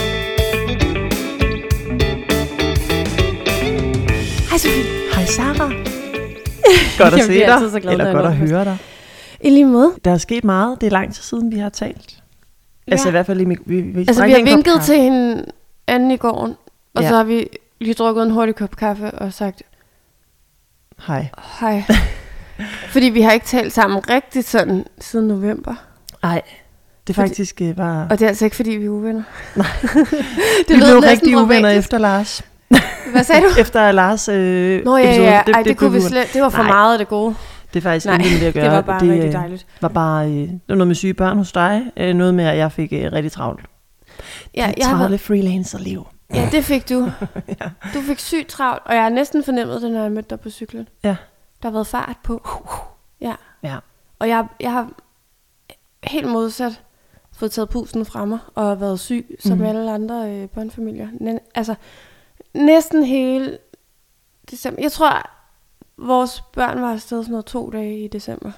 Sarah. Godt at Jeg se bliver dig. altid så glad, når Eller jeg godt når at den høre dig. I lige måde. Der er sket meget. Det er lang tid siden, vi har talt. Ja. Altså i hvert fald, i mik- vi, vi, vi Altså, vi drikker har en kop vinket kaffe. til hinanden i gården, og Ja. ja. så har vi lige drukket en hurtig kop kaffe og sagt, Hej. hej. Fordi vi har ikke talt sammen rigtigt sådan siden november. Nej, det Fordi- faktisk fordi... var... Og det er altså ikke, fordi vi er uvenner. Nej. vi blev rigtig uvenner efter Lars. Hvad sagde du? Efter Lars øh, Nå ja, episode. ja, Ej, det, blev kunne vi uvenner. slet, det var for Nej. meget af det gode. Det er faktisk Nej, ikke det at gøre. det var bare det, rigtig øh, dejligt. var bare øh, det var noget med syge børn hos dig. Øh, noget med, at jeg fik øh, rigtig travlt. Ja, jeg jeg har, travle freelancer-liv. ja, det fik du. Du fik sygt travlt, og jeg har næsten fornemmet det, når jeg mødte dig på cyklen. Ja. Uh, Der har været fart på. Ja. Ja. Og jeg, jeg har helt modsat fået taget pusten fra mig og været syg, som Mhm. alle andre øh, børnefamilier. Men, altså, næsten hele december. Jeg tror, vores børn var afsted sådan noget to dage i december.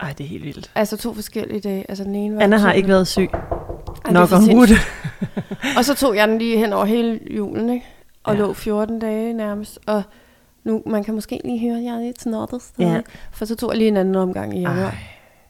Ej, det er helt vildt. Altså to forskellige dage. Altså den ene var Anna har søndag. ikke været syg. Ej, det er Nok for om sindssygt. wood. Og så tog jeg den lige hen over hele julen, ikke? Og Ja. ja. lå 14 dage nærmest. Og nu, man kan måske lige høre, at jeg er lidt snottet stadig. Ja. For så tog jeg lige en anden omgang i januar. Ej.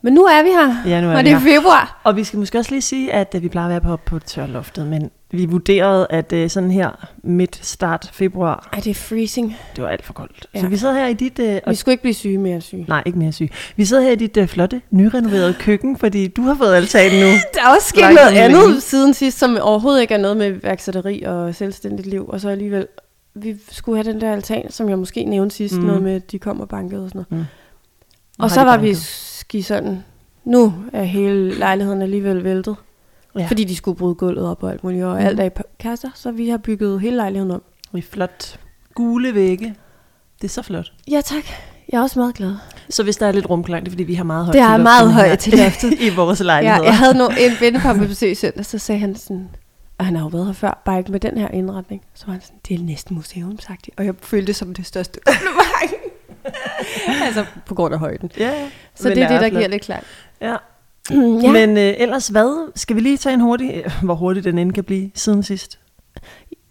Men nu er vi her. Ja, nu er og vi det er her. februar. Og vi skal måske også lige sige, at øh, vi plejer at være på, på tørloftet, men vi vurderede, at øh, sådan her midt start februar, Ej, det er freezing. det var alt for koldt. Ja. Ja. Så vi sidder her i dit... Øh, og, Vi skulle ikke blive syge mere end syge. nej, ikke mere syg. Vi sidder her i dit øh, flotte, nyrenoverede køkken, fordi du har fået altan nu. Der er også sket Nej, noget det er andet længe. siden sidst, som overhovedet ikke er noget med værksætteri og selvstændigt liv. Og så alligevel, vi skulle have den der altan, som jeg måske nævnte sidst, Mm. mm. noget med, at de kom og bankede og sådan noget. Nu har og så de var banket. vi ski sådan, nu er hele lejligheden alligevel væltet. Ja. Ja. Fordi de skulle bryde gulvet op og alt muligt, og mm. alt er i pa- kasser, så vi har bygget hele lejligheden om. Vi er flot. Gule vægge. Det er så flot. Ja tak, jeg er også meget glad. Så hvis der er lidt rumklang, det er fordi, vi har meget højt Det er til loftet meget her højt til loftet. I vores Ja, lejligheder. jeg havde no- en ven på mit besøg i søndag, så sagde han sådan, og han har jo været her før, bare ikke med den her indretning. Så var han sådan, det er næsten museumsagtigt, og jeg følte det som det største undervang. altså på grund af højden. ja, ja. Så Men det er det, der flot. giver lidt klart. Ja. ja. Ja. Men øh, ellers hvad? Skal vi lige tage en hurtig, øh, hvor hurtigt den end kan blive siden sidst?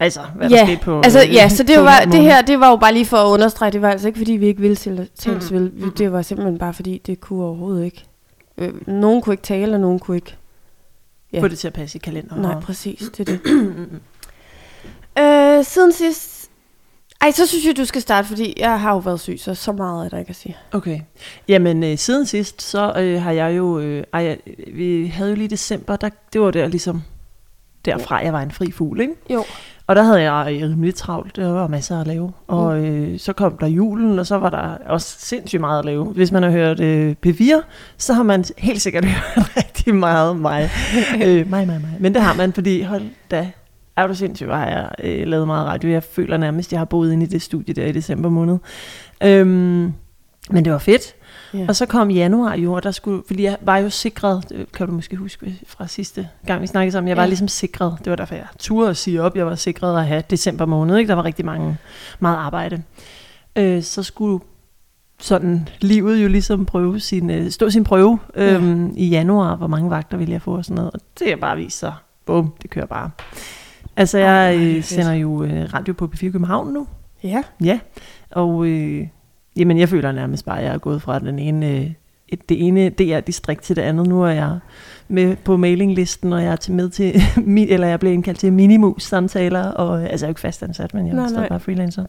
Altså, hvad der skete på... altså, øh, ja, så det, to var, det måneder. her det var jo bare lige for at understrege, det var altså ikke fordi, vi ikke ville til, Mm. til os vel. Vi- Det var simpelthen bare fordi, det kunne overhovedet ikke. Øh, nogen kunne ikke tale, og nogen kunne ikke. Ja. Få det til at passe i kalenderen. Nej, og- præcis, det er det. øh, siden sidst... Ej, så synes jeg, du skal starte, fordi jeg har jo været syg, så så meget er der ikke at sige. Okay. Jamen, øh, siden sidst, så øh, har jeg jo... Øh, ej, vi havde jo lige december, der, det var der ligesom... Derfra, jeg var en fri fugl, ikke? Jo. Og der havde jeg øh, rimelig travlt, der var masser at lave. Og øh, så kom der julen, og så var der også sindssygt meget at lave. Hvis man har hørt øh, P4, så har man helt sikkert hørt rigtig meget mig. øh, mig, mig, mig. Men det har man, fordi hold da, er du sindssygt, hvor har jeg øh, lavet meget radio. Jeg føler nærmest, jeg har boet inde i det studie der i december måned. Øhm, men det var fedt. Ja. Og så kom januar jo, og der skulle, fordi jeg var jo sikret, det kan du måske huske øh, fra sidste gang, vi snakkede sammen, jeg var ja. Ja. ligesom sikret, det var derfor jeg turde at sige op, jeg var sikret at have december måned, ikke? der var rigtig mange, meget arbejde. Øh, så skulle sådan livet jo ligesom prøve sin, øh, stå sin prøve Ja. øhm, i januar, hvor mange vagter ville jeg få og sådan noget, og det har bare vist sig, bum, det kører bare. Altså Ej, jeg hvor er det øh, fedt. sender jo øh, radio på P4 København nu, ja. Ja, og øh, jamen, jeg føler nærmest bare, at jeg er gået fra den ene, øh, et- det ene DR-distrikt til det andet. Nu er jeg med på mailinglisten, og jeg er til med til, mi- eller jeg blev indkaldt til minimus-samtaler. Og, øh, altså, jeg er jo ikke fastansat, men jeg Nej, er stadig nej. bare freelancer.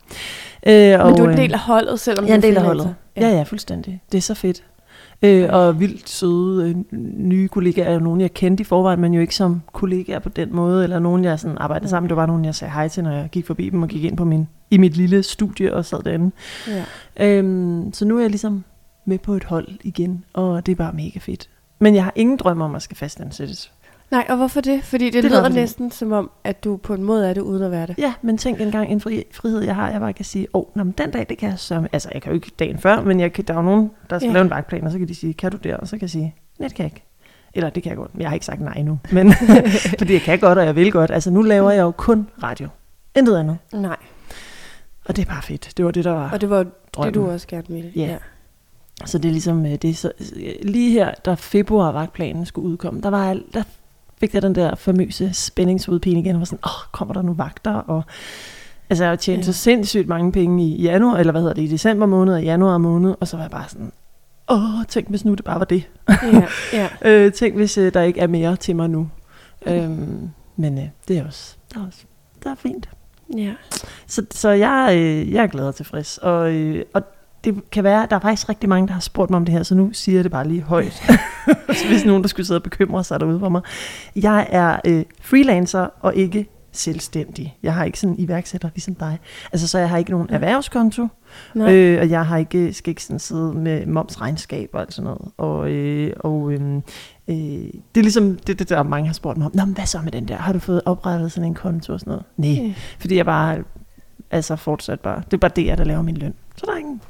Øh, Men du er en del af holdet, selvom jeg er en du del af freelancer. holdet. Ja, ja, fuldstændig. Det er så fedt. Øh, og vildt søde øh, nye kollegaer, og nogen jeg kendte i forvejen, men jo ikke som kollegaer på den måde, eller nogen jeg sådan arbejdede sammen. Det var bare nogen, jeg sagde hej til, når jeg gik forbi dem og gik ind på min, i mit lille studie og sad derinde. ja. Øhm, så nu er jeg ligesom med på et hold igen, og det er bare mega fedt. Men jeg har ingen drøm om at skal fastansættes. Nej, og hvorfor det? Fordi det, det lyder lyder fordi- næsten som om, at du på en måde er det, uden at være det. Ja, men tænk engang en fri, frihed, jeg har, jeg bare kan sige, åh, oh, den dag, det kan jeg sørge. Altså, jeg kan jo ikke dagen før, men jeg kan, der er jo nogen, der skal Ja. lave en vagtplan, og så kan de sige, kan du der? Og så kan jeg sige, nej, det kan jeg ikke. Eller det kan jeg godt. Jeg har ikke sagt nej nu, men fordi jeg kan godt, og jeg vil godt. Altså, nu laver jeg jo kun radio. Intet andet. Nej, Og det er bare fedt. Det var det, der var og det var jo det, drømmen. du også gerne ville. Ja. Så det er ligesom, øh, det er så, øh, lige her, da februarvagtplanen skulle udkomme, der, var, jeg- der fik jeg den der famøse spændingsudpine igen, og var sådan, åh, kommer der nu vagter, og Altså, jeg tjente ja. så sindssygt mange penge i januar, eller hvad hedder det, i december måned og januar måned, og så var jeg bare sådan, åh, tænk hvis nu det bare var det. ja, ja. Øh, tænk hvis øh, der ikke er mere til mig nu. Øhm, men øh, det er også, der er også, der er fint. ja. Så, så jeg, øh, jeg er glad og tilfreds. Og, øh, og det kan være, der er faktisk rigtig mange, der har spurgt mig om det her, så nu siger jeg det bare lige højt. så hvis nogen, der skulle sidde og bekymre sig derude for mig. Jeg er øh, freelancer og ikke selvstændig. Jeg har ikke sådan en iværksætter ligesom dig. Altså, så jeg har ikke nogen erhvervskonto, Nej. øh, og jeg har ikke, skal ikke sådan sidde med momsregnskab og alt sådan noget. Og, øh, og øh, øh, det er ligesom det, det, der mange har spurgt mig om. Nå, men hvad så med den der? Har du fået oprettet sådan en konto og sådan noget? Nej, Øh. fordi jeg bare, altså fortsat bare, det er bare det, jeg der laver min løn. Så der er ingen.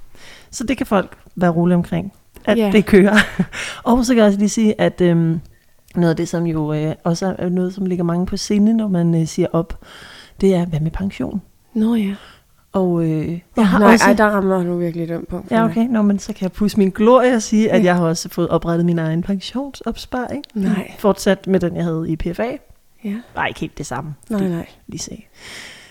Så det kan folk være rolig omkring, at Ja. yeah. det kører. og så kan jeg også lige sige, at øhm, noget af det, som jo øh, også er noget, som ligger mange på sinde, når man øh, siger op, det er, hvad med pension? Nå ja. Og øh, Jeg jeg har Nej, også... ej, der rammer du virkelig et ømt punkt. for Ja, mig. okay. Nå, men så kan jeg pusse min glorie og sige, at Ja. jeg har også fået oprettet min egen pensionsopsparing. Nej. Fortsat med den, jeg havde i PFA. Ja. Var ikke helt det samme. Nej, nej. lige se,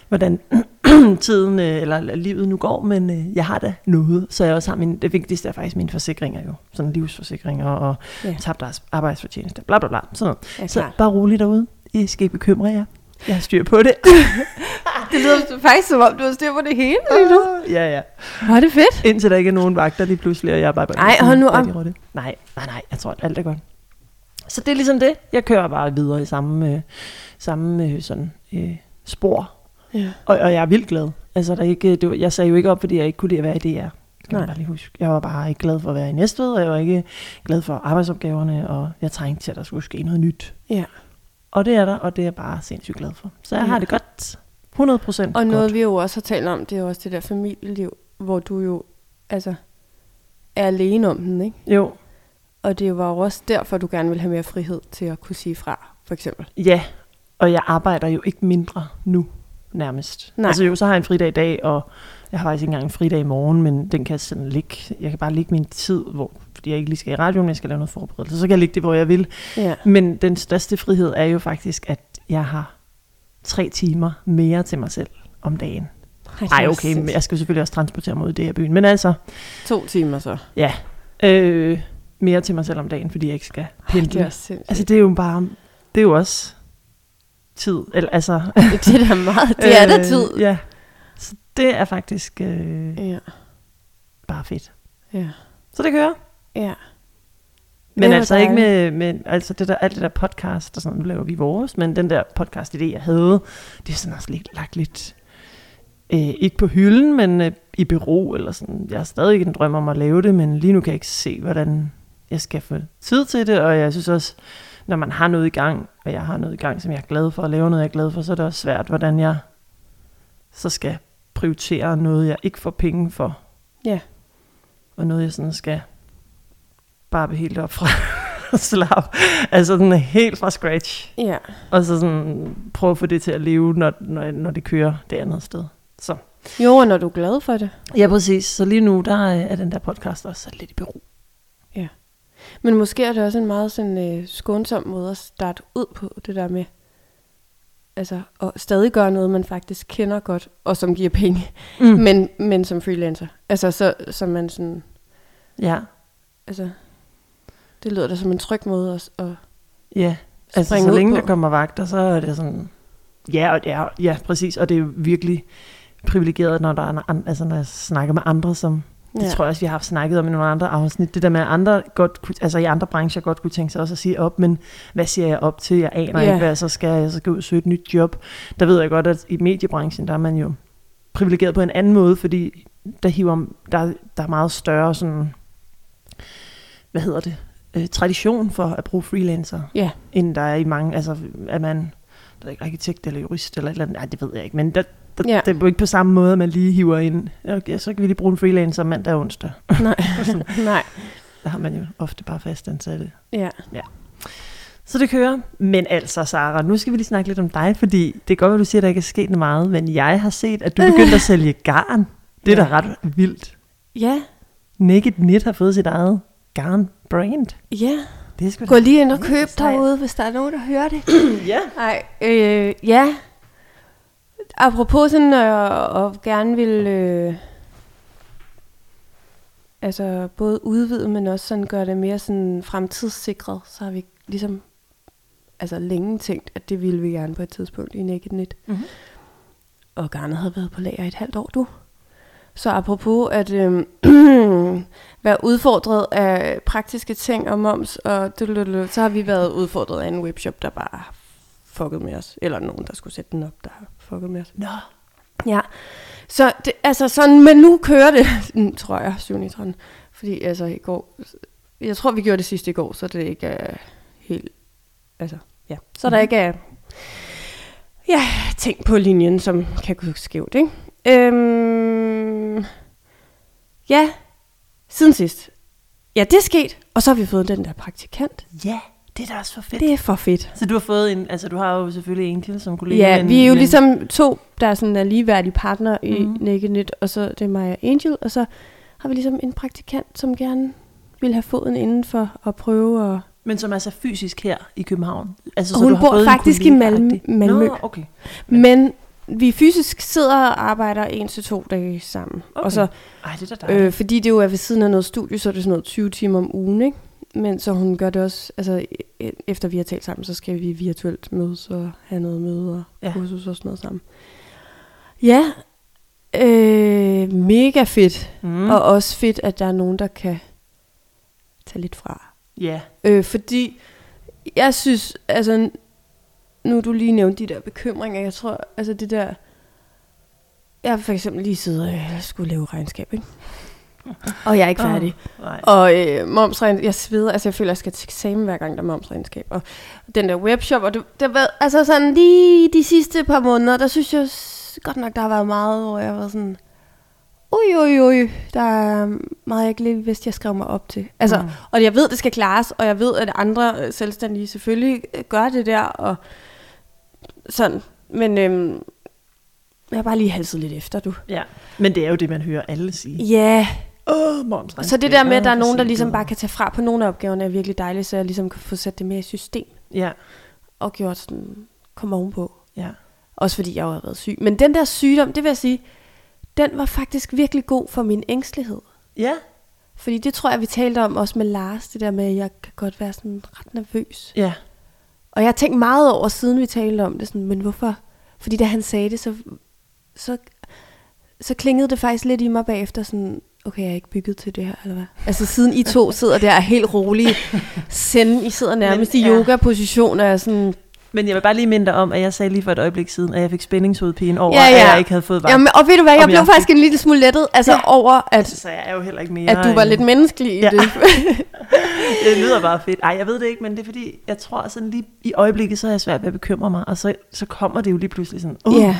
hvordan tiden øh, eller livet nu går, men øh, jeg har da noget, så jeg også har min, det vigtigste er faktisk mine forsikringer jo, sådan livsforsikringer og Ja. ja. tabt arbejds- arbejdsfortjeneste, bla bla bla, sådan noget. Ja, Så klart. bare roligt derude, I skal ikke bekymre jer, jeg har styr på det. Det lyder faktisk som om, du har styr på det hele lige nu. ja, ja. Var det fedt? Indtil der ikke er nogen vagter lige pludselig, og jeg er bare... bare Ej, sådan, hold nu fattig op. rotte. Nej, nej, nej, jeg tror, at alt er godt. Så det er ligesom det. Jeg kører bare videre i samme, øh, samme øh, sådan, øh, spor, Ja. Og, og jeg er vildt glad. Altså, der er ikke, det var, jeg sagde jo ikke op, fordi jeg ikke kunne lide at være i DR. Det Skal Nej. man bare lige huske. Jeg var bare ikke glad for at være i Næstved, og jeg var ikke glad for arbejdsopgaverne, og jeg trængte til, at der skulle ske noget nyt. ja. Og det er der, og det er jeg bare sindssygt glad for. Så jeg Ja. har det godt. 100 procent Og noget, godt. vi jo også har talt om, det er jo også det der familieliv, hvor du jo altså, er alene om den, ikke? Jo, Og det var jo også derfor, du gerne ville have mere frihed til at kunne sige fra, for eksempel. ja. Og jeg arbejder jo ikke mindre nu, nærmest. Nej. Altså jo, så har jeg en fridag i dag, og jeg har faktisk ikke engang en fridag i morgen, men den kan sådan ligge. Jeg kan bare ligge min tid, hvor, fordi jeg ikke lige skal i radioen, men jeg skal lave noget forberedelse. Så kan jeg ligge det, hvor jeg vil. Ja. Men den største frihed er jo faktisk, at jeg har tre timer mere til mig selv om dagen. Nej, okay, men jeg skal jo selvfølgelig også transportere mig ud i det her byen, men altså, To timer så. ja, øh, mere til mig selv om dagen, fordi jeg ikke skal Det er pendle. også sindssygt. Altså, det er jo bare, det er jo også tid, eller altså... det er da meget. Det er da øh, tid. Ja, så det er faktisk øh, Ja. bare fedt. Ja. Så det kører. Ja. Men var altså ikke dejligt. med, med altså det der, alt det der podcast og sådan, nu laver vi vores, men den der podcast-idé, jeg havde, det er sådan også lidt, lagt lidt, øh, ikke på hylden, men øh, i bero eller sådan. Jeg har stadig en drøm om at lave det, men lige nu kan jeg ikke se, hvordan jeg skal få tid til det, og jeg synes også, når man har noget i gang, og jeg har noget i gang, som jeg er glad for, og laver noget, jeg er glad for, så er det også svært, hvordan jeg så skal prioritere noget, jeg ikke får penge for, Ja. og noget, jeg sådan skal bare helt op fra slap. Altså sådan helt fra scratch. Ja. Og så sådan prøve at få det til at leve, når, når, når det kører det andet sted. Så. Jo, og når du er glad for det. Ja, præcis. Så lige nu, der er er den der podcast også lidt i bero. Men måske er det også en meget sådan, øh, skånsom måde at starte ud på, det der med altså, at stadig gøre noget, man faktisk kender godt, og som giver penge, mm. men, men som freelancer. Altså, så, så man sådan, Ja. altså, det lyder da som en tryg måde at, at Ja. Altså, springe så længe ud der på. kommer vagter, så er det sådan... Ja, og ja, ja, præcis. Og det er jo virkelig privilegeret, når, der er, en an- altså, når jeg snakker med andre, som Det ja. tror jeg også, vi har haft snakket om i nogle andre afsnit. Det der med, at andre godt kunne, altså i andre brancher godt kunne tænke sig også at sige op, men hvad siger jeg op til? Jeg aner Ja. yeah. ikke, hvad jeg så skal. Jeg så skal ud og søge et nyt job. Der ved jeg godt, at i mediebranchen, der er man jo privilegeret på en anden måde, fordi der, hiver, der, der er meget større sådan, hvad hedder det, øh, tradition for at bruge freelancer, Ja. end der er i mange, altså er man der er ikke arkitekt eller jurist eller et eller andet, nej, det ved jeg ikke, men der, der, Ja. ja. det er jo ikke på samme måde, at man lige hiver ind, okay, så kan vi lige bruge en freelancer mandag og onsdag. Nej, nej. Der har man jo ofte bare fastansatte. Ja. Så det kører. Men altså, Sara, nu skal vi lige snakke lidt om dig, fordi det er godt, at du siger, at der ikke er sket meget, men jeg har set, at du begyndte at sælge garn. Det er Ja. da ret vildt. Ja, Naked Knit har fået sit eget garn-brand. ja. Det er sgu da- Gå lige ind og køb Sejt. derude, hvis der er nogen, der hører det. Ja. Nej, øh, ja. Apropos sådan at, at gerne vil øh, altså både udvide, men også sådan gøre det mere sådan fremtidssikret, så har vi ligesom altså længe tænkt, at det ville vi gerne på et tidspunkt i Naked Net. Mhm. Og garnet havde været på lager i et halvt år, du. Så apropos at øh, være udfordret af praktiske ting og moms, og dulululu, så har vi været udfordret af en webshop, der bare har fucket med os. Eller nogen, der skulle sætte den op, der har fucket med os. Nå. Ja, så det, altså sådan, men nu kører det, tror jeg, 7. i 13. Fordi altså i går, jeg tror vi gjorde det sidste i går, så det ikke er helt, altså ja, så der Mhm. ikke er ja, ting på linjen, som kan gå skævt, ikke? Øhm, ja, siden sidst. Ja, det er sket, og så har vi fået den der praktikant. Ja, det er da også for fedt. Det er for fedt. Så du har fået en, altså du har jo selvfølgelig en til som kollega. Ja, men- vi er jo men- ligesom to, der er sådan er ligeværdige partner i Mhm. mm. Naked Nyt, og så det er mig og Angel, og så har vi ligesom en praktikant, som gerne vil have foden inden for at prøve at... Men som altså fysisk her i København. Altså, Og hun bor fået en faktisk i kollega-agtig- Malm- Malmø. Nå, okay. Men, Men vi fysisk sidder og arbejder en til to dage sammen. Okay. okay. Og så, Ej, det er da dejligt. øh, fordi det jo er ved siden af noget studie, så er det sådan noget 20 timer om ugen, ikke? Men så hun gør det også, altså e- efter vi har talt sammen, så skal vi virtuelt mødes og have noget møde og Ja. kursus og sådan noget sammen. Ja, øh, mega fedt. mm. Mm. Og også fedt, at der er nogen, der kan tage lidt fra. ja. Øh, fordi jeg synes, altså, nu du lige nævnte de der bekymringer, jeg tror, altså det der, jeg har for eksempel lige siddet og øh, skulle lave regnskab, ikke? Og jeg er ikke Åh. færdig. Nej. Og øh, momsregnskab, jeg sveder, altså jeg føler, jeg skal til eksamen hver gang, der er momsregnskab. Og den der webshop, og det, det var, altså sådan lige de sidste par måneder, der synes jeg s- godt nok, der har været meget, hvor jeg var sådan, ui, ui, ui, der er meget, jeg ikke lige vidste, jeg skrev mig op til. Altså, Mm. mm. og jeg ved, det skal klares, og jeg ved, at andre øh, selvstændige selvfølgelig øh, gør det der, og sådan, men øhm, jeg har bare lige halset lidt efter, du. Ja. Men det er jo det, man hører alle sige. Ja, yeah. Åh, oh, moms. Så det der med, at der er nogen, der ligesom bare kan tage fra på nogle af opgaverne, er virkelig dejligt, så jeg ligesom kan få sat det mere i system Ja, og gjort sådan, kom ovenpå. ja. Også fordi jeg jo har været syg. Men den der sygdom, det vil jeg sige, den var faktisk virkelig god for min ængstelighed. Ja, Fordi det tror jeg, vi talte om også med Lars, det der med, at jeg kan godt være sådan ret nervøs. ja. Og jeg har tænkt meget over, siden vi talte om det, sådan, men hvorfor? Fordi da han sagde det, så, så, så klingede det faktisk lidt i mig bagefter, sådan, okay, jeg er ikke bygget til det her, eller hvad? Altså siden I to sidder der helt rolige, send, I sidder nærmest Men, men, i ja. yoga-position, og jeg er sådan, Men jeg vil bare lige minde dig om, at jeg sagde lige for et øjeblik siden, at jeg fik spændingshovedpine over, Ja, at ja. jeg ikke havde fået vagt. jamen, og ved du hvad, jeg Om blev jeg- faktisk en lille smule lettet, altså Ja. ja. over, at, Så jeg er jo heller ikke mere... at du var end- lidt menneskelig i Ja. ja. det. Det lyder bare fedt. Ej, jeg ved det ikke, men det er fordi, jeg tror sådan lige i øjeblikket, så har jeg svært ved at bekymre mig, og så, så kommer det jo lige pludselig sådan, uh, ja.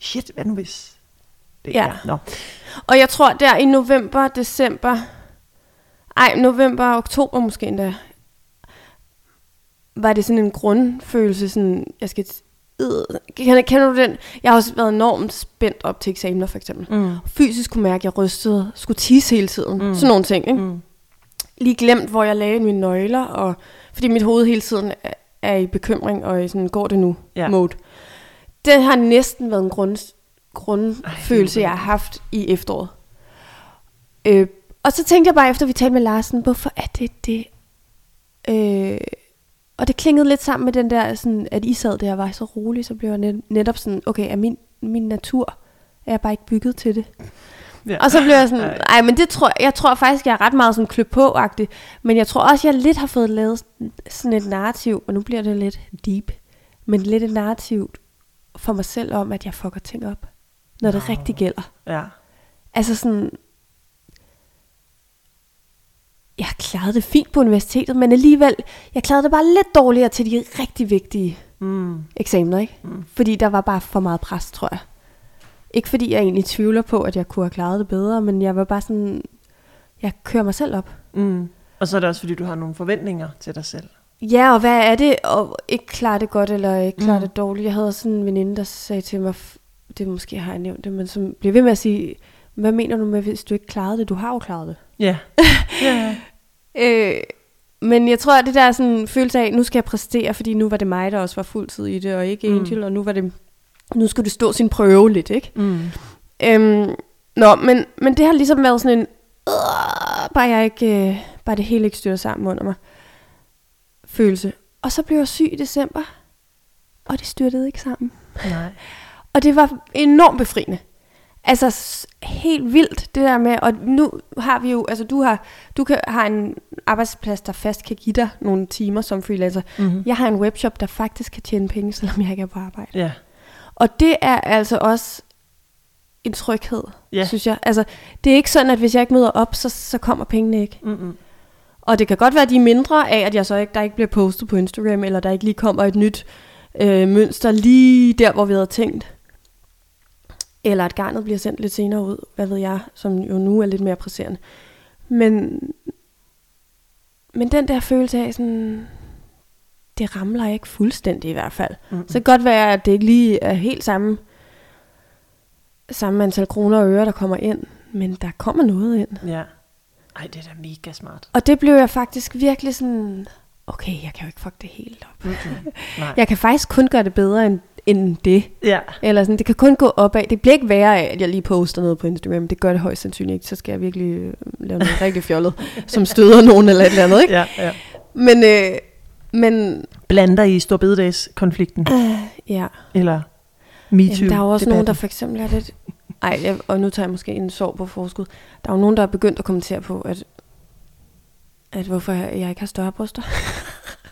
shit, hvad nu hvis? Det Ja. er. Nå. Og jeg tror der i november, december, ej, november og oktober måske endda, var det sådan en grundfølelse, sådan, jeg skal, øh, kender, kender du den? Jeg har også været enormt spændt op til eksamener, for eksempel. Mm. Fysisk kunne mærke, at jeg rystede, skulle tisse hele tiden, Mm. mm. sådan nogle ting, ikke? Mm. Lige glemt, hvor jeg lagde mine nøgler, og, fordi mit hoved hele tiden er, er i bekymring, og i sådan, går det nu? Ja. ja. mode. Det har næsten været en grund, grundfølelse, Ej, det er jeg har haft i efteråret. Øh, og så tænkte jeg bare, efter vi talte med Larsen, hvorfor er det det? Øh, og det klingede lidt sammen med den der, sådan, at I sad der og var så rolig, så blev jeg net, netop sådan, okay, er min, min natur, er jeg bare ikke bygget til det? Ja. Og så blev jeg sådan, Ej. nej, men det tror jeg, tror faktisk, jeg er ret meget sådan klø på -agtig, men jeg tror også, jeg lidt har fået lavet sådan et narrativ, og nu bliver det lidt deep, men lidt et narrativ for mig selv om, at jeg fucker ting op, når det Nå. rigtig gælder. Ja. Altså sådan, jeg klarede det fint på universitetet, men alligevel, jeg klarede det bare lidt dårligere til de rigtig vigtige Mm. eksamener, ikke? Mm. Mm. Fordi der var bare for meget pres, tror jeg. Ikke fordi jeg egentlig tvivler på, at jeg kunne have klaret det bedre, men jeg var bare sådan, jeg kører mig selv op. Mm. Og så er det også, fordi du har nogle forventninger til dig selv. Ja, og hvad er det at ikke klare det godt, eller ikke klare Mm. mm. det dårligt? Jeg havde også sådan en veninde, der sagde til mig, f- det måske har jeg nævnt det, men som blev ved med at sige, hvad mener du med, hvis du ikke klarede det? Du har jo klaret det. Ja. ja. Øh, men jeg tror, at det der er sådan en følelse af, nu skal jeg præstere, fordi nu var det mig, der også var fuldtid i det, og ikke Mm. Angel, og nu var det nu skulle det stå sin prøve lidt, ikke? Mm. Øhm, nå, men, men det har ligesom været sådan en, "Åh, bare, jeg ikke, øh, bare det hele ikke styrer sammen under mig, følelse. Og så blev jeg syg i december, og det styrtede ikke sammen. Nej. Og det var enormt befriende. Altså s- helt vildt det der med, og nu har vi jo, altså du har, du kan, har en arbejdsplads, der fast kan give dig nogle timer som freelancer. Mm-hmm. Jeg har en webshop, der faktisk kan tjene penge, selvom jeg ikke er på arbejde. Ja. Og det er altså også en tryghed, Ja. ja. synes jeg. Altså, det er ikke sådan, at hvis jeg ikke møder op, så, så kommer pengene ikke. Mm-hmm. Og det kan godt være, at de er mindre af, at jeg så ikke, der ikke bliver postet på Instagram, eller der ikke lige kommer et nyt øh, mønster lige der, hvor vi havde tænkt. Eller at garnet bliver sendt lidt senere ud, hvad ved jeg, som jo nu er lidt mere presserende. Men, men den der følelse af sådan, det ramler ikke fuldstændig i hvert fald. Mm-hmm. Så kan det godt være, at det ikke lige er helt samme, samme antal kroner og øre, der kommer ind, men der kommer noget ind. Ja. Ej, det er da mega smart. Og det blev jeg faktisk virkelig sådan, okay, jeg kan jo ikke fuck det helt op. Mm-hmm. Nej. Jeg kan faktisk kun gøre det bedre end, end det. Ja. Eller sådan, det kan kun gå opad. Det bliver ikke værre af, at jeg lige poster noget på Instagram. Det gør det højst sandsynligt ikke. Så skal jeg virkelig øh, lave noget rigtig fjollet, som støder nogen eller et eller andet. Ikke? Ja, ja. Men, øh, men Blander I Storbededags-konflikten? ja, Eller MeToo? Jamen, der er jo også nogen, der for eksempel er lidt... Ej, jeg, og nu tager jeg måske en sorg på forskud. Der er jo nogen, der er begyndt at kommentere på, at, at hvorfor jeg ikke har større bryster.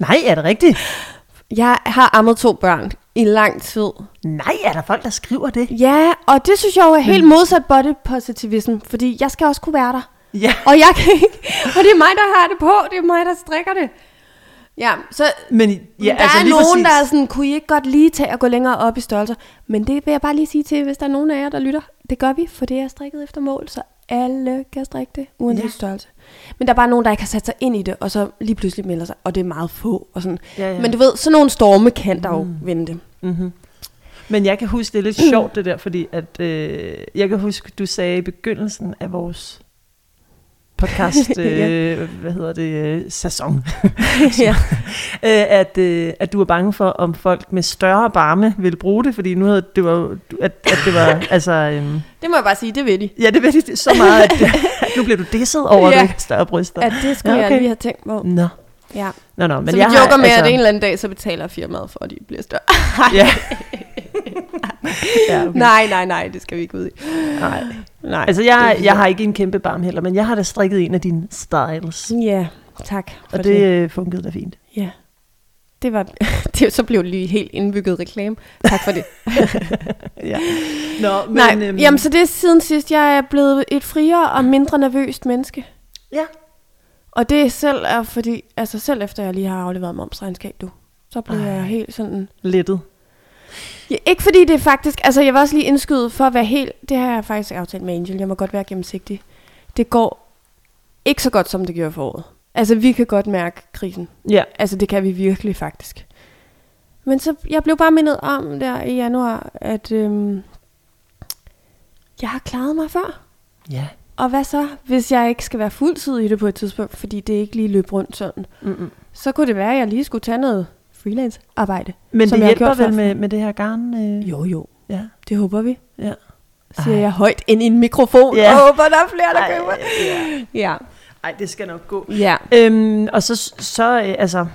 Nej, er det rigtigt? Jeg har ammet to børn i lang tid. Nej, er der folk, der skriver det? Ja, og det synes jeg jo er helt modsat body positivism, fordi jeg skal også kunne være der. Ja. Og jeg kan ikke, og det er mig, der har det på, det er mig, der strikker det. Ja, så Men ja, ja, der altså, er lige nogen, præcis. der er sådan, kunne I ikke godt lige tage og gå længere op i størrelser? Men det vil jeg bare lige sige til, hvis der er nogen af jer, der lytter. Det gør vi, for det er strikket efter mål, så alle kan strikke det, uanset Ja. ja. størrelse. Men der er bare nogen, der ikke har sat sig ind i det, og så lige pludselig melder sig, og det er meget få. Og sådan. Ja, ja. Men du ved, sådan nogle storme kan der jo vente. Mm-hmm. Men jeg kan huske, det er lidt sjovt det der, fordi at, øh, jeg kan huske, du sagde i begyndelsen af vores podcast, øh, Ja. hvad hedder det, øh, sæson, ja. øh, at, øh, at du var bange for, om folk med større barme ville bruge det, fordi nu havde, det var, jo- du- at, at det var, altså, øh, Det må jeg bare sige, det ved de. ja, det var det så meget, at, at nu blev du disset over, Ja. ja. det større bryster. At det skulle Ja, okay. ja, okay. jeg lige have tænkt på. Nå, Ja. nå, nå. Men så vi jeg joker har, altså- med, at en eller anden dag, så betaler firmaet for, at de bliver større. Ja. ja okay. nej, nej, nej, det skal vi ikke ud i. Nej. Nej. Altså, jeg, Det- jeg har ikke en kæmpe barm heller, men jeg har da strikket en af dine styles. Ja, tak. For Og Uh, det øh, fungerede da fint. Ja. Det var, det, så blev det lige helt indbygget reklame. Tak for det. Ja. Nå, men... Nej, øhm, jamen så det er siden sidst, jeg er blevet et friere og mindre nervøst menneske. Ja. Og det selv er fordi, altså selv efter jeg lige har afleveret momsregnskab, du, så blev Ej. Ej. jeg helt sådan... Lettet. Ja, ikke fordi det er faktisk, altså jeg var også lige indskyde for at være helt, det har jeg faktisk aftalt med Angel, jeg må godt være gennemsigtig. Det går ikke så godt, som det gjorde foråret. Altså vi kan godt mærke krisen. Ja. Altså, det kan vi virkelig faktisk. Men så, jeg blev bare mindet om der i januar, at øhm, jeg har klaret mig før. Ja. Og hvad så, hvis jeg ikke skal være fuldtid i det på et tidspunkt, fordi det ikke lige løb rundt sådan? Mm-mm. Så kunne det være, at jeg lige skulle tage noget freelance-arbejde. Men som det jeg har hjælper gjort vel før. med, med det her garn? Øh? Jo, jo. Ja. Det håber vi. ja. Siger Ej. jeg højt ind i en mikrofon, Ja. og håber, der er flere, der køber. Ej, ja. Ja. Ej, det skal nok gå. ja. Øhm, og så, så øh, altså,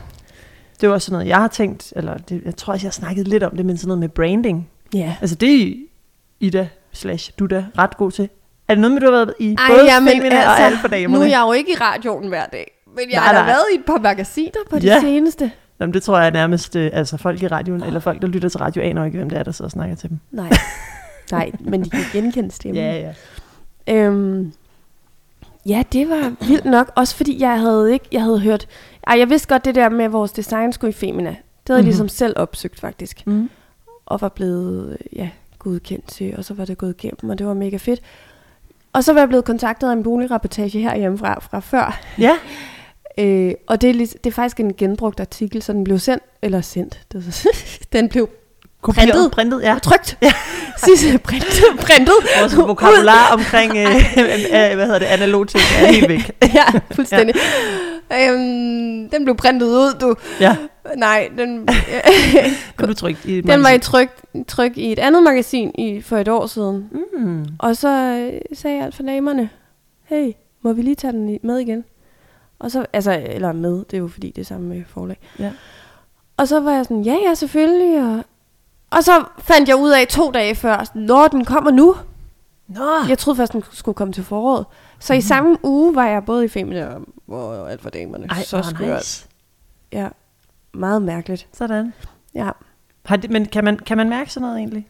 det var også sådan noget, jeg har tænkt, eller det, jeg tror også, jeg har snakket lidt om det, men sådan noget med branding. Ja. Altså, det er Ida slash du da ret god til. Er det noget med, du har været i Ej, både jamen, Femina og altså, alt for damerne? Nu er jeg jo ikke i radioen hver dag, men jeg Nej, har da nej. været i et par magasiner på det Ja. seneste. Jamen, det tror jeg er nærmest, øh, altså folk i radioen, eller folk, der lytter til radio, aner jo ikke, hvem det er, der sidder og snakker til dem. Nej. Nej, men de kan genkende stemmen. Ja, ja. Øhm, ja, det var vildt nok. Også fordi jeg havde ikke, jeg havde hørt... Ej, jeg vidste godt det der med, at vores design skulle i Femina. Det havde jeg Mhm. ligesom selv opsøgt faktisk. Mm. Og var blevet øh, ja, godkendt til, og så var det gået igennem, og det var mega fedt. Og så var jeg blevet kontaktet af en boligrapportage herhjemmefra fra før. Ja, Øh, og det er, liges- det er faktisk en genbrugt artikel, så den blev sendt, eller sendt, det er så, den blev kopieret, Printet. printet ja. trykt. Ja. Sidste printet, printet. Vores vokabular omkring, øh, øh, hvad hedder det, analog ting, er helt væk. ja, fuldstændig. Øhm, den blev printet ud, du. Ja, Nej, den, kan du trykke i den var i tryk, tryk i et andet magasin i, for et år siden. Mm. Og så øh, sagde jeg alt for damerne, hey, må vi lige tage den i- med igen? Og så, altså, eller med, det er jo fordi, det er samme øh, forlag. Ja. Og så var jeg sådan, ja, ja, selvfølgelig. Og, og så fandt jeg ud af to dage før, sådan, når den kommer nu. Nå, Jeg troede først, den skulle komme til foråret. Mhm. Så i samme uge var jeg både i Femina og- og alt for damerne. Ej, så så nice. Ja, meget mærkeligt. Sådan. Ja, Har det, men kan man, kan man mærke sådan noget egentlig?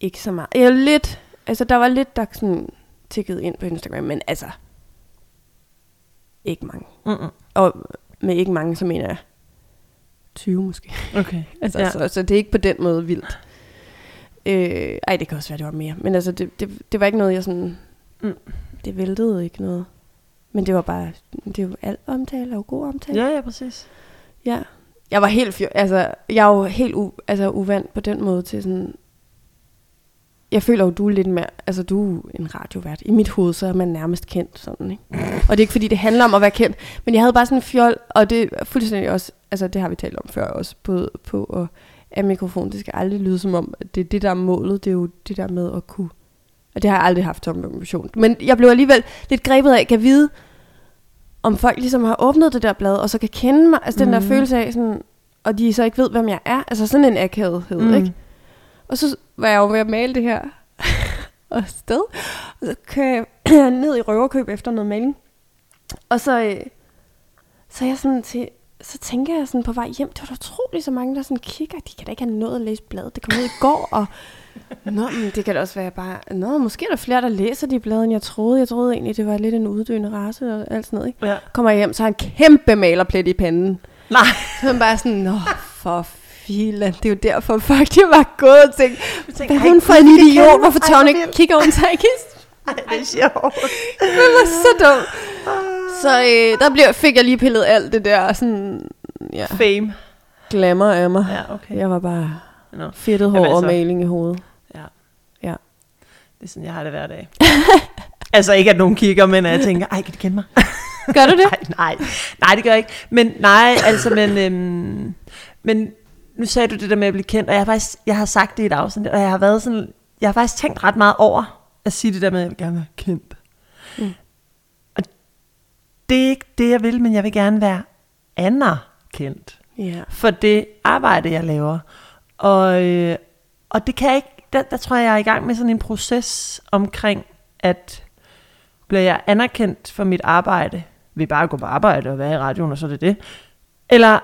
ikke så meget. Jeg lidt, altså der var lidt, der sådan tikkede ind på Instagram, men altså, ikke mange. Mm-mm. Og med ikke mange, så mener jeg 20 måske. Okay. Altså, Ja. ja. så, så det er ikke på den måde vildt. Øh, ej, det kan også være, det var mere. Men altså, det, det, det var ikke noget, jeg sådan... Mm. Mm. Det væltede ikke noget. Men det var bare... Det er jo alt omtale og god omtale. Ja, ja, præcis. ja. Jeg var helt... Fyr, altså, jeg er jo helt u, altså, uvandt på den måde til sådan... Jeg føler jo, du er lidt mere... Altså, du er en radiovært. I mit hoved, så er man nærmest kendt sådan, ikke? Og det er ikke, fordi det handler om at være kendt. Men jeg havde bare sådan en fjol, og det er fuldstændig også... Altså, det har vi talt om før også på, på og af mikrofon. Det skal aldrig lyde som om, at det er det, der er målet. Det er jo det der med at kunne... Og det har jeg aldrig haft som ambition. Men jeg blev alligevel lidt grebet af, kan vide, om folk ligesom har åbnet det der blad, og så kan kende mig. Altså, den der Mhm. følelse af sådan... Og de så ikke ved, hvem jeg er. Altså, sådan en akavethed, mm. ikke? Og så var jeg jo ved at male det her og sted. Og så kører jeg ned i røverkøb efter noget maling. Og så, øh, så er jeg sådan til, så tænker jeg sådan på vej hjem, det var da utroligt så mange, der sådan kigger, de kan da ikke have nået at læse bladet, det kom ud i går, og Nå, men det kan da også være bare, Nå, måske er der flere, der læser de blade, end jeg troede. Jeg troede egentlig, det var lidt en uddøende race og alt sådan noget, ikke? Ja. Kommer jeg hjem, så har jeg en kæmpe malerplet i panden. Nej. Så er man bare sådan, nå, for filan, det er jo derfor, folk de var gået og tænkte, tænkte, hvad ej, er hun for en gud, de kender idiot, mig. hvorfor Ej, tør hun hvor ikke, vildt. kigger hun sig ikke i Ej, det er sjovt. det var så dumt. Så øh, der blev, fik jeg lige pillet alt det der sådan, ja, Fame. glamour af mig. Ja, okay. Jeg var bare Nå. fedtet hår Jamen, og altså. maling i hovedet. Ja. Ja. Det er sådan, jeg har det hver dag. altså ikke, at nogen kigger, men at jeg tænker, ej, kan de kende mig? Gør du det? Nej, nej, nej, det gør jeg ikke. Men nej, altså, men, øhm, men nu sagde du det der med at blive kendt, og jeg har faktisk, jeg har sagt det i et afsnit, og jeg har været sådan, jeg har faktisk tænkt ret meget over at sige det der med, at jeg vil gerne være kendt. Mm. Mm. Og det er ikke det, jeg vil, men jeg vil gerne være anerkendt Ja. for det arbejde, jeg laver. Og, øh, og det kan jeg ikke, der, der tror jeg, jeg er i gang med sådan en proces omkring, at bliver jeg anerkendt for mit arbejde, ved bare at gå på arbejde og være i radioen, og så er det det, eller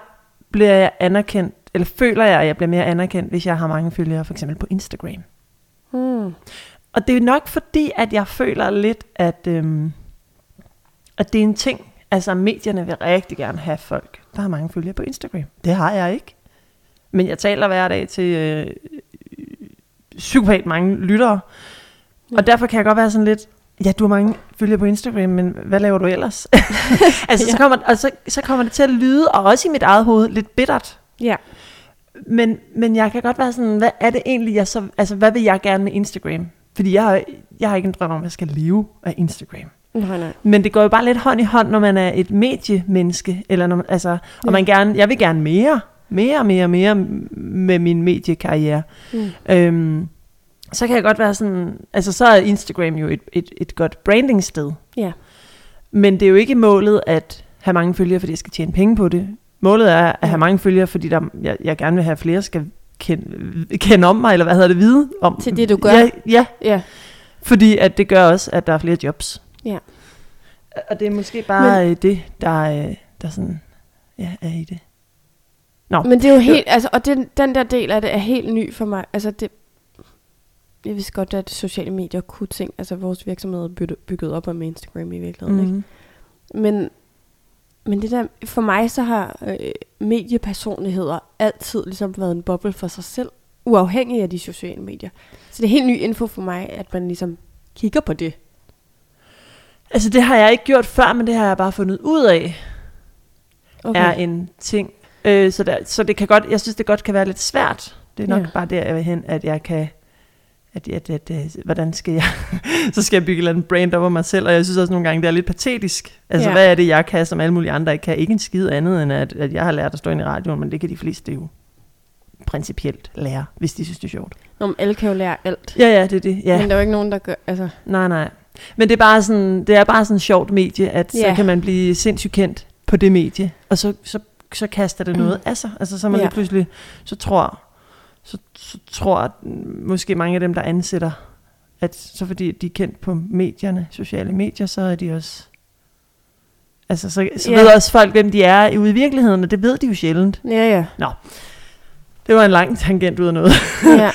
bliver jeg anerkendt, eller føler jeg, at jeg bliver mere anerkendt, hvis jeg har mange følgere, for eksempel på Instagram. Hmm. Og det er nok fordi, at jeg føler lidt, at, øhm, at det er en ting. Altså, medierne vil rigtig gerne have folk, der har mange følgere på Instagram. Det har jeg ikke. Men jeg taler hver dag til øh, psykopat mange lyttere. Ja. Og derfor kan jeg godt være sådan lidt, ja, du har mange følgere på Instagram, men hvad laver du ellers? altså, så, kommer, og så, så kommer det til at lyde, og også i mit eget hoved, lidt bittert. Ja. Men, men jeg kan godt være sådan, hvad er det egentlig, jeg så, altså hvad vil jeg gerne med Instagram? Fordi jeg, har- jeg har ikke en drøm om, at jeg skal leve af Instagram. Nej, nej. Men det går jo bare lidt hånd i hånd, når man er et mediemenneske, eller når man, altså, Ja. og man gerne, jeg vil gerne mere, mere, mere, mere med min mediekarriere. Mm. Øhm, så kan jeg godt være sådan, altså så er Instagram jo et, et, et godt brandingsted. Ja. Men det er jo ikke målet at have mange følgere, fordi jeg skal tjene penge på det. Målet er at have mange følgere, fordi der, jeg, jeg gerne vil have at flere, skal kende, kende om mig, eller hvad hedder det, vide om. Til det, du gør. Ja, ja, Ja. fordi at det gør også, at der er flere jobs. Ja. Og det er måske bare Men... det, der, øh, der sådan, ja, er i det. Men det er jo helt, altså, og den, den der del af det er helt ny for mig. Altså, det, jeg vidste godt, at sociale medier kunne ting. Altså, vores virksomhed er bygget- bygget op om Instagram i virkeligheden, ikke? Mm-hmm. Men, men det der, for mig så har øh, mediepersonligheder altid ligesom været en boble for sig selv, uafhængig af de sociale medier. Så det er helt ny info for mig, at man ligesom kigger på det. Altså det har jeg ikke gjort før, men det har jeg bare fundet ud af, okay. er en ting. Øh, så, der, så det kan godt, jeg synes det godt kan være lidt svært. Det er nok ja. Ja. bare der, jeg vil hen, at jeg kan, at, at, at, at hvordan skal jeg, så skal jeg bygge et eller andet brand op af mig selv, og jeg synes også nogle gange, det er lidt patetisk. Altså, Ja. ja. hvad er det, jeg kan, som alle mulige andre ikke kan? Ikke en skid andet, end at, at jeg har lært at stå ind i radioen, men det kan de fleste jo principielt lære, hvis de synes, det er sjovt. Nå, men alle kan jo lære alt. Ja, ja, det er det. Ja. Men der er jo ikke nogen, der gør... Altså, Nej, nej. Men det er bare sådan, det er bare sådan et sjovt medie, at yeah. Ja. så kan man blive sindssygt kendt på det medie, og så, så, så kaster det noget af sig. Altså så er man Mm. Ja. lige pludselig, så tror, så, så tror at mm, måske mange af dem, der ansætter, at så fordi de er kendt på medierne, sociale medier, så er de også... Altså, så, så Ja. yeah. ved også folk, hvem de er i- ude i virkeligheden, og det ved de jo sjældent. ja, ja. Det var en lang tangent ud af noget. ja.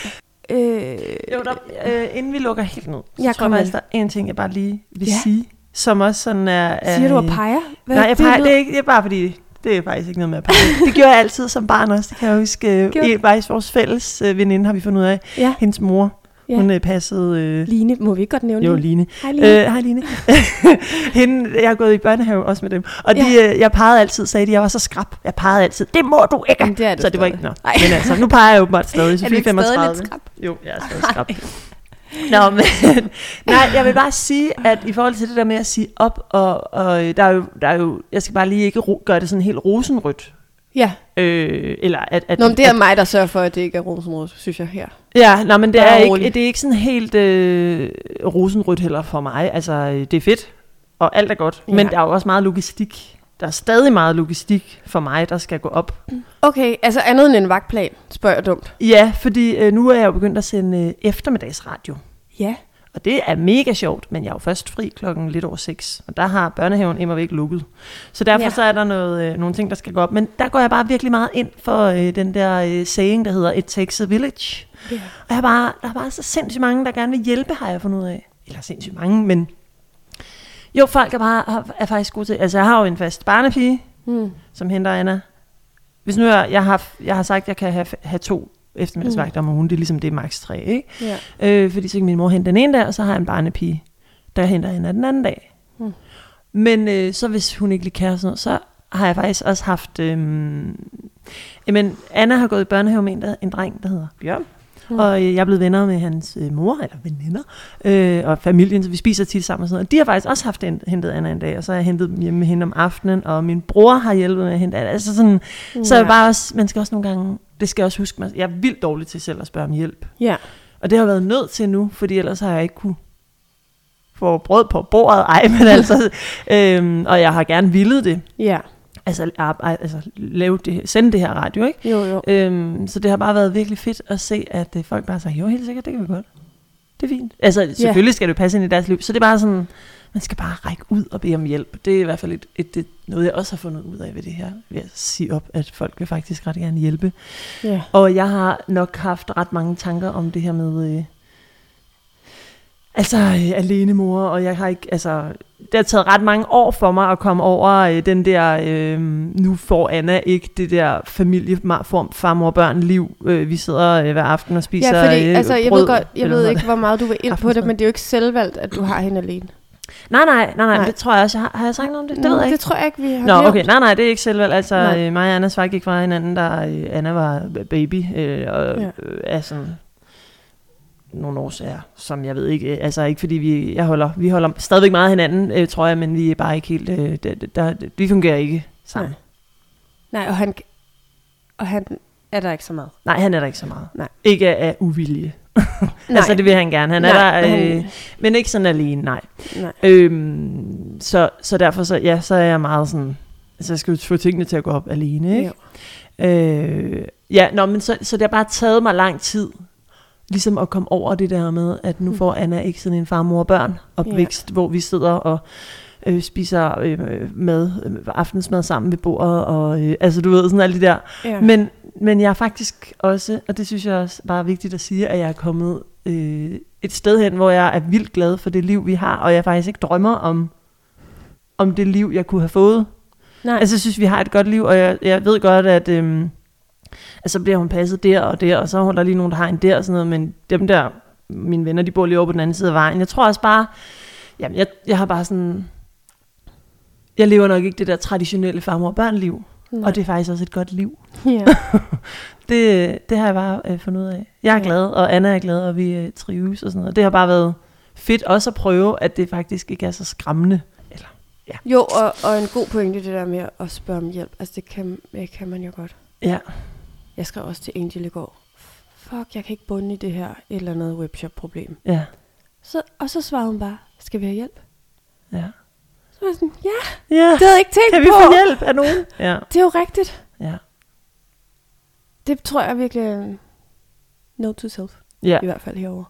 Øh, Jo, der, øh, inden vi lukker helt ned, så Ja, jeg tror kom jeg med. faktisk, der er en ting, jeg bare lige vil Ja. ja. sige, som også sådan er... er siger du at pege? Hvad Nej, jeg peger, lyder- det, er ikke, det er bare fordi, det er faktisk ikke noget med at pege. det gjorde jeg altid som barn også, det kan jeg huske. Øh, Gjorde- en- faktisk vores fælles øh, veninde har vi fundet ud af. Ja, Hendes mor, Ja. ja. hun øh, passede... Øh, Line. Må vi ikke godt nævne jo, Line? Line. Hej, Line. Øh, Hej Line. Hende, jeg har gået i børnehave også med dem. Og de, øh, jeg pegede altid, sagde de, jeg var så skrab. Jeg pegede altid, det må du ikke. Jamen, det er du så det var stadig. ikke noget. Ej. Men altså, nu peger jeg åbenbart stadig. er du Sofie ikke stadig 35. lidt skrab? Jo, jeg er stadig skrab. Nå, men, nej, jeg vil bare sige, at i forhold til det der med at sige op, og, og øh, der, er jo, der er jo, jeg skal bare lige ikke ro, gøre det sådan helt rosenrødt. Ja. Øh, eller at, at, Nå, men det er mig, der sørger for, at det ikke er rosenrød, synes jeg her. Ja, nej, men det Bare er, ikke, rolig. det er ikke sådan helt øh, rosenrødt heller for mig. Altså, øh, det er fedt, og alt er godt. Ja. Ja. Men der er jo også meget logistik. Der er stadig meget logistik for mig, der skal gå op. Okay, altså andet end en vagtplan, spørger jeg dumt. Ja, fordi øh, nu er jeg jo begyndt at sende øh, eftermiddagsradio. Ja. Og det er mega sjovt, men jeg er jo først fri klokken lidt over 6, og der har børnehaven immer væk lukket. Så derfor Ja. ja. så er der noget, øh, nogle ting, der skal gå op. Men der går jeg bare virkelig meget ind for øh, den der øh, saying, der hedder It takes a village. Ja. Og jeg er bare, der er bare så sindssygt mange, der gerne vil hjælpe, har jeg fundet ud af. Eller sindssygt mange, men... Jo, folk er, bare, er faktisk gode til... Altså, jeg har jo en fast barnepige, Mm. som henter Anna. Hvis nu jeg, jeg, har, jeg har sagt, at jeg kan have, have to eftermiddagsvagter om ugen, det er ligesom det er maks tre, ikke? ja. Øh, fordi så kan min mor hente den ene dag, og så har jeg en barnepige, der henter hende den anden dag. Mm. Mm. Men øh, så hvis hun ikke lige kan sådan noget, så har jeg faktisk også haft... Øh, jamen, Anna har gået i børnehave med en, der, en dreng, der hedder Bjørn. Mm. Mm. Og øh, jeg er blevet venner med hans øh, mor, eller veninder, øh, og familien, så vi spiser tit sammen og sådan noget. De har faktisk også haft en, hentet Anna en dag, og så har jeg hentet dem hjemme med hende om aftenen, og min bror har hjulpet med at hente Anna. Altså sådan, mm. Hmm. Så er jeg bare også, man skal også nogle gange, det skal jeg også huske mig, jeg er vildt dårlig til selv at spørge om hjælp. Ja. Og det har jeg været nødt til nu, fordi ellers har jeg ikke kunne få brød på bordet. Ej, men altså, øhm, og jeg har gerne ville det. Ja. Altså, arbejde, altså lave det, her- sende det her radio, ikke? Jo, jo. Øhm, så det har bare været virkelig fedt at se, at øh, folk bare siger, jo, helt sikkert, det kan vi godt. Det er fint. Altså, selvfølgelig skal det jo passe ind i deres liv, så det er bare sådan, man skal bare række ud og bede om hjælp. Det er i hvert fald et, et, et, noget, jeg også har fundet ud af ved det her, ved at sige op, at folk vil faktisk ret gerne hjælpe. Ja. Og jeg har nok haft ret mange tanker om det her med... Øh, altså, øh, alene mor, og jeg har ikke... Altså, det har taget ret mange år for mig at komme over øh, den der... Øh, nu får Anna ikke det der familieform farmor-børn-liv. Øh, vi sidder øh, hver aften og Ja, spiser fordi øh, altså, jeg brød, ved, godt, jeg eller ved sådan ikke, hvor meget du vil ind på det, Aftensmad. men det er jo ikke selvvalgt, at du har hende alene. noget. Nej, nej, nej, nej, Nej. Mm. nej, det tror jeg også. Jeg har, har jeg sagt noget om det? Det Nå, ved jeg ikke. Det tror jeg ikke, vi har Nå, nævnt. okay. Nej, nej, det er ikke selvvalg. Altså, Nej. øh, mig og Annas far gik fra hinanden, da øh, Anna var baby, øh, og Ja. ja. øh, er sådan nogle årsager, som jeg ved ikke, øh, altså ikke fordi vi, jeg holder, vi holder stadigvæk meget af hinanden, øh, tror jeg, men vi er bare ikke helt, øh, der, der, vi fungerer ikke sammen. Nej. Nej, og han, og han er der ikke så meget. Nej, han er der ikke så meget. Nej. Ikke af, af uvilje. Nej, Altså, det vil han gerne. Han Nej, er der, øh, han- men ikke sådan alene, nej. nej. Øhm, så, så derfor, så, ja, så er jeg meget sådan, altså jeg skal jo få tingene til at gå op alene, ikke? Jo. Øh, ja, nå, men så, så det har bare taget mig lang tid, ligesom at komme over det der med, at nu Mm. får Anna ikke sådan en farmor og børn opvækst, hvor vi sidder og øh, spiser øh, mad, øh, aftensmad sammen ved bordet, og øh, altså du ved, sådan alle de der. Ja. Men, men jeg er faktisk også, og det synes jeg også bare er vigtigt at sige, at jeg er kommet øh, et sted hen, hvor jeg er vildt glad for det liv, vi har, og jeg faktisk ikke drømmer om, om det liv, jeg kunne have fået. nej. Altså, jeg synes, vi har et godt liv, og jeg, jeg ved godt, at øhm, altså, bliver hun passet der og der, og så er der lige nogen, der har en der og sådan noget, men dem der, mine venner, de bor lige over på den anden side af vejen. Jeg tror også bare, jamen, jeg, jeg har bare sådan, jeg lever nok ikke det der traditionelle farmor-børn-liv. Nej. Og det er faktisk også et godt liv. Ja. Det, det har jeg bare øh, fundet ud af. Jeg er Ja. glad, og Anna er glad, og vi øh, trives og sådan noget. Det har bare været fedt også at prøve, at det faktisk ikke er så skræmmende. Eller, Jo, og, og en god pointe det der med at spørge om hjælp. Altså det kan, øh, kan man jo godt. ja, Jeg skrev også til Angel i går. Fuck, jeg kan ikke bunde i det her et eller andet webshop-problem. ja, Så, og så svarede hun bare, skal vi have hjælp? ja. Så var jeg sådan, ja, Ja, det havde jeg ikke tænkt kan vi på. få hjælp af nogen? Ja, Det er jo rigtigt. ja, Det tror jeg virkelig øh, no to self, ja. i hvert fald herover.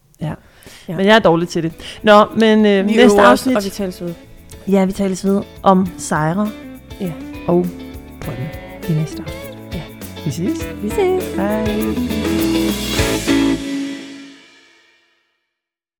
Men jeg er dårlig til det. Nå, men øh, næste afsnit... og vi tales ud. Ja, vi tales ved om sejre Ja. og drømme i næste afsnit. Ja. Vi ses. Vi ses. Hej.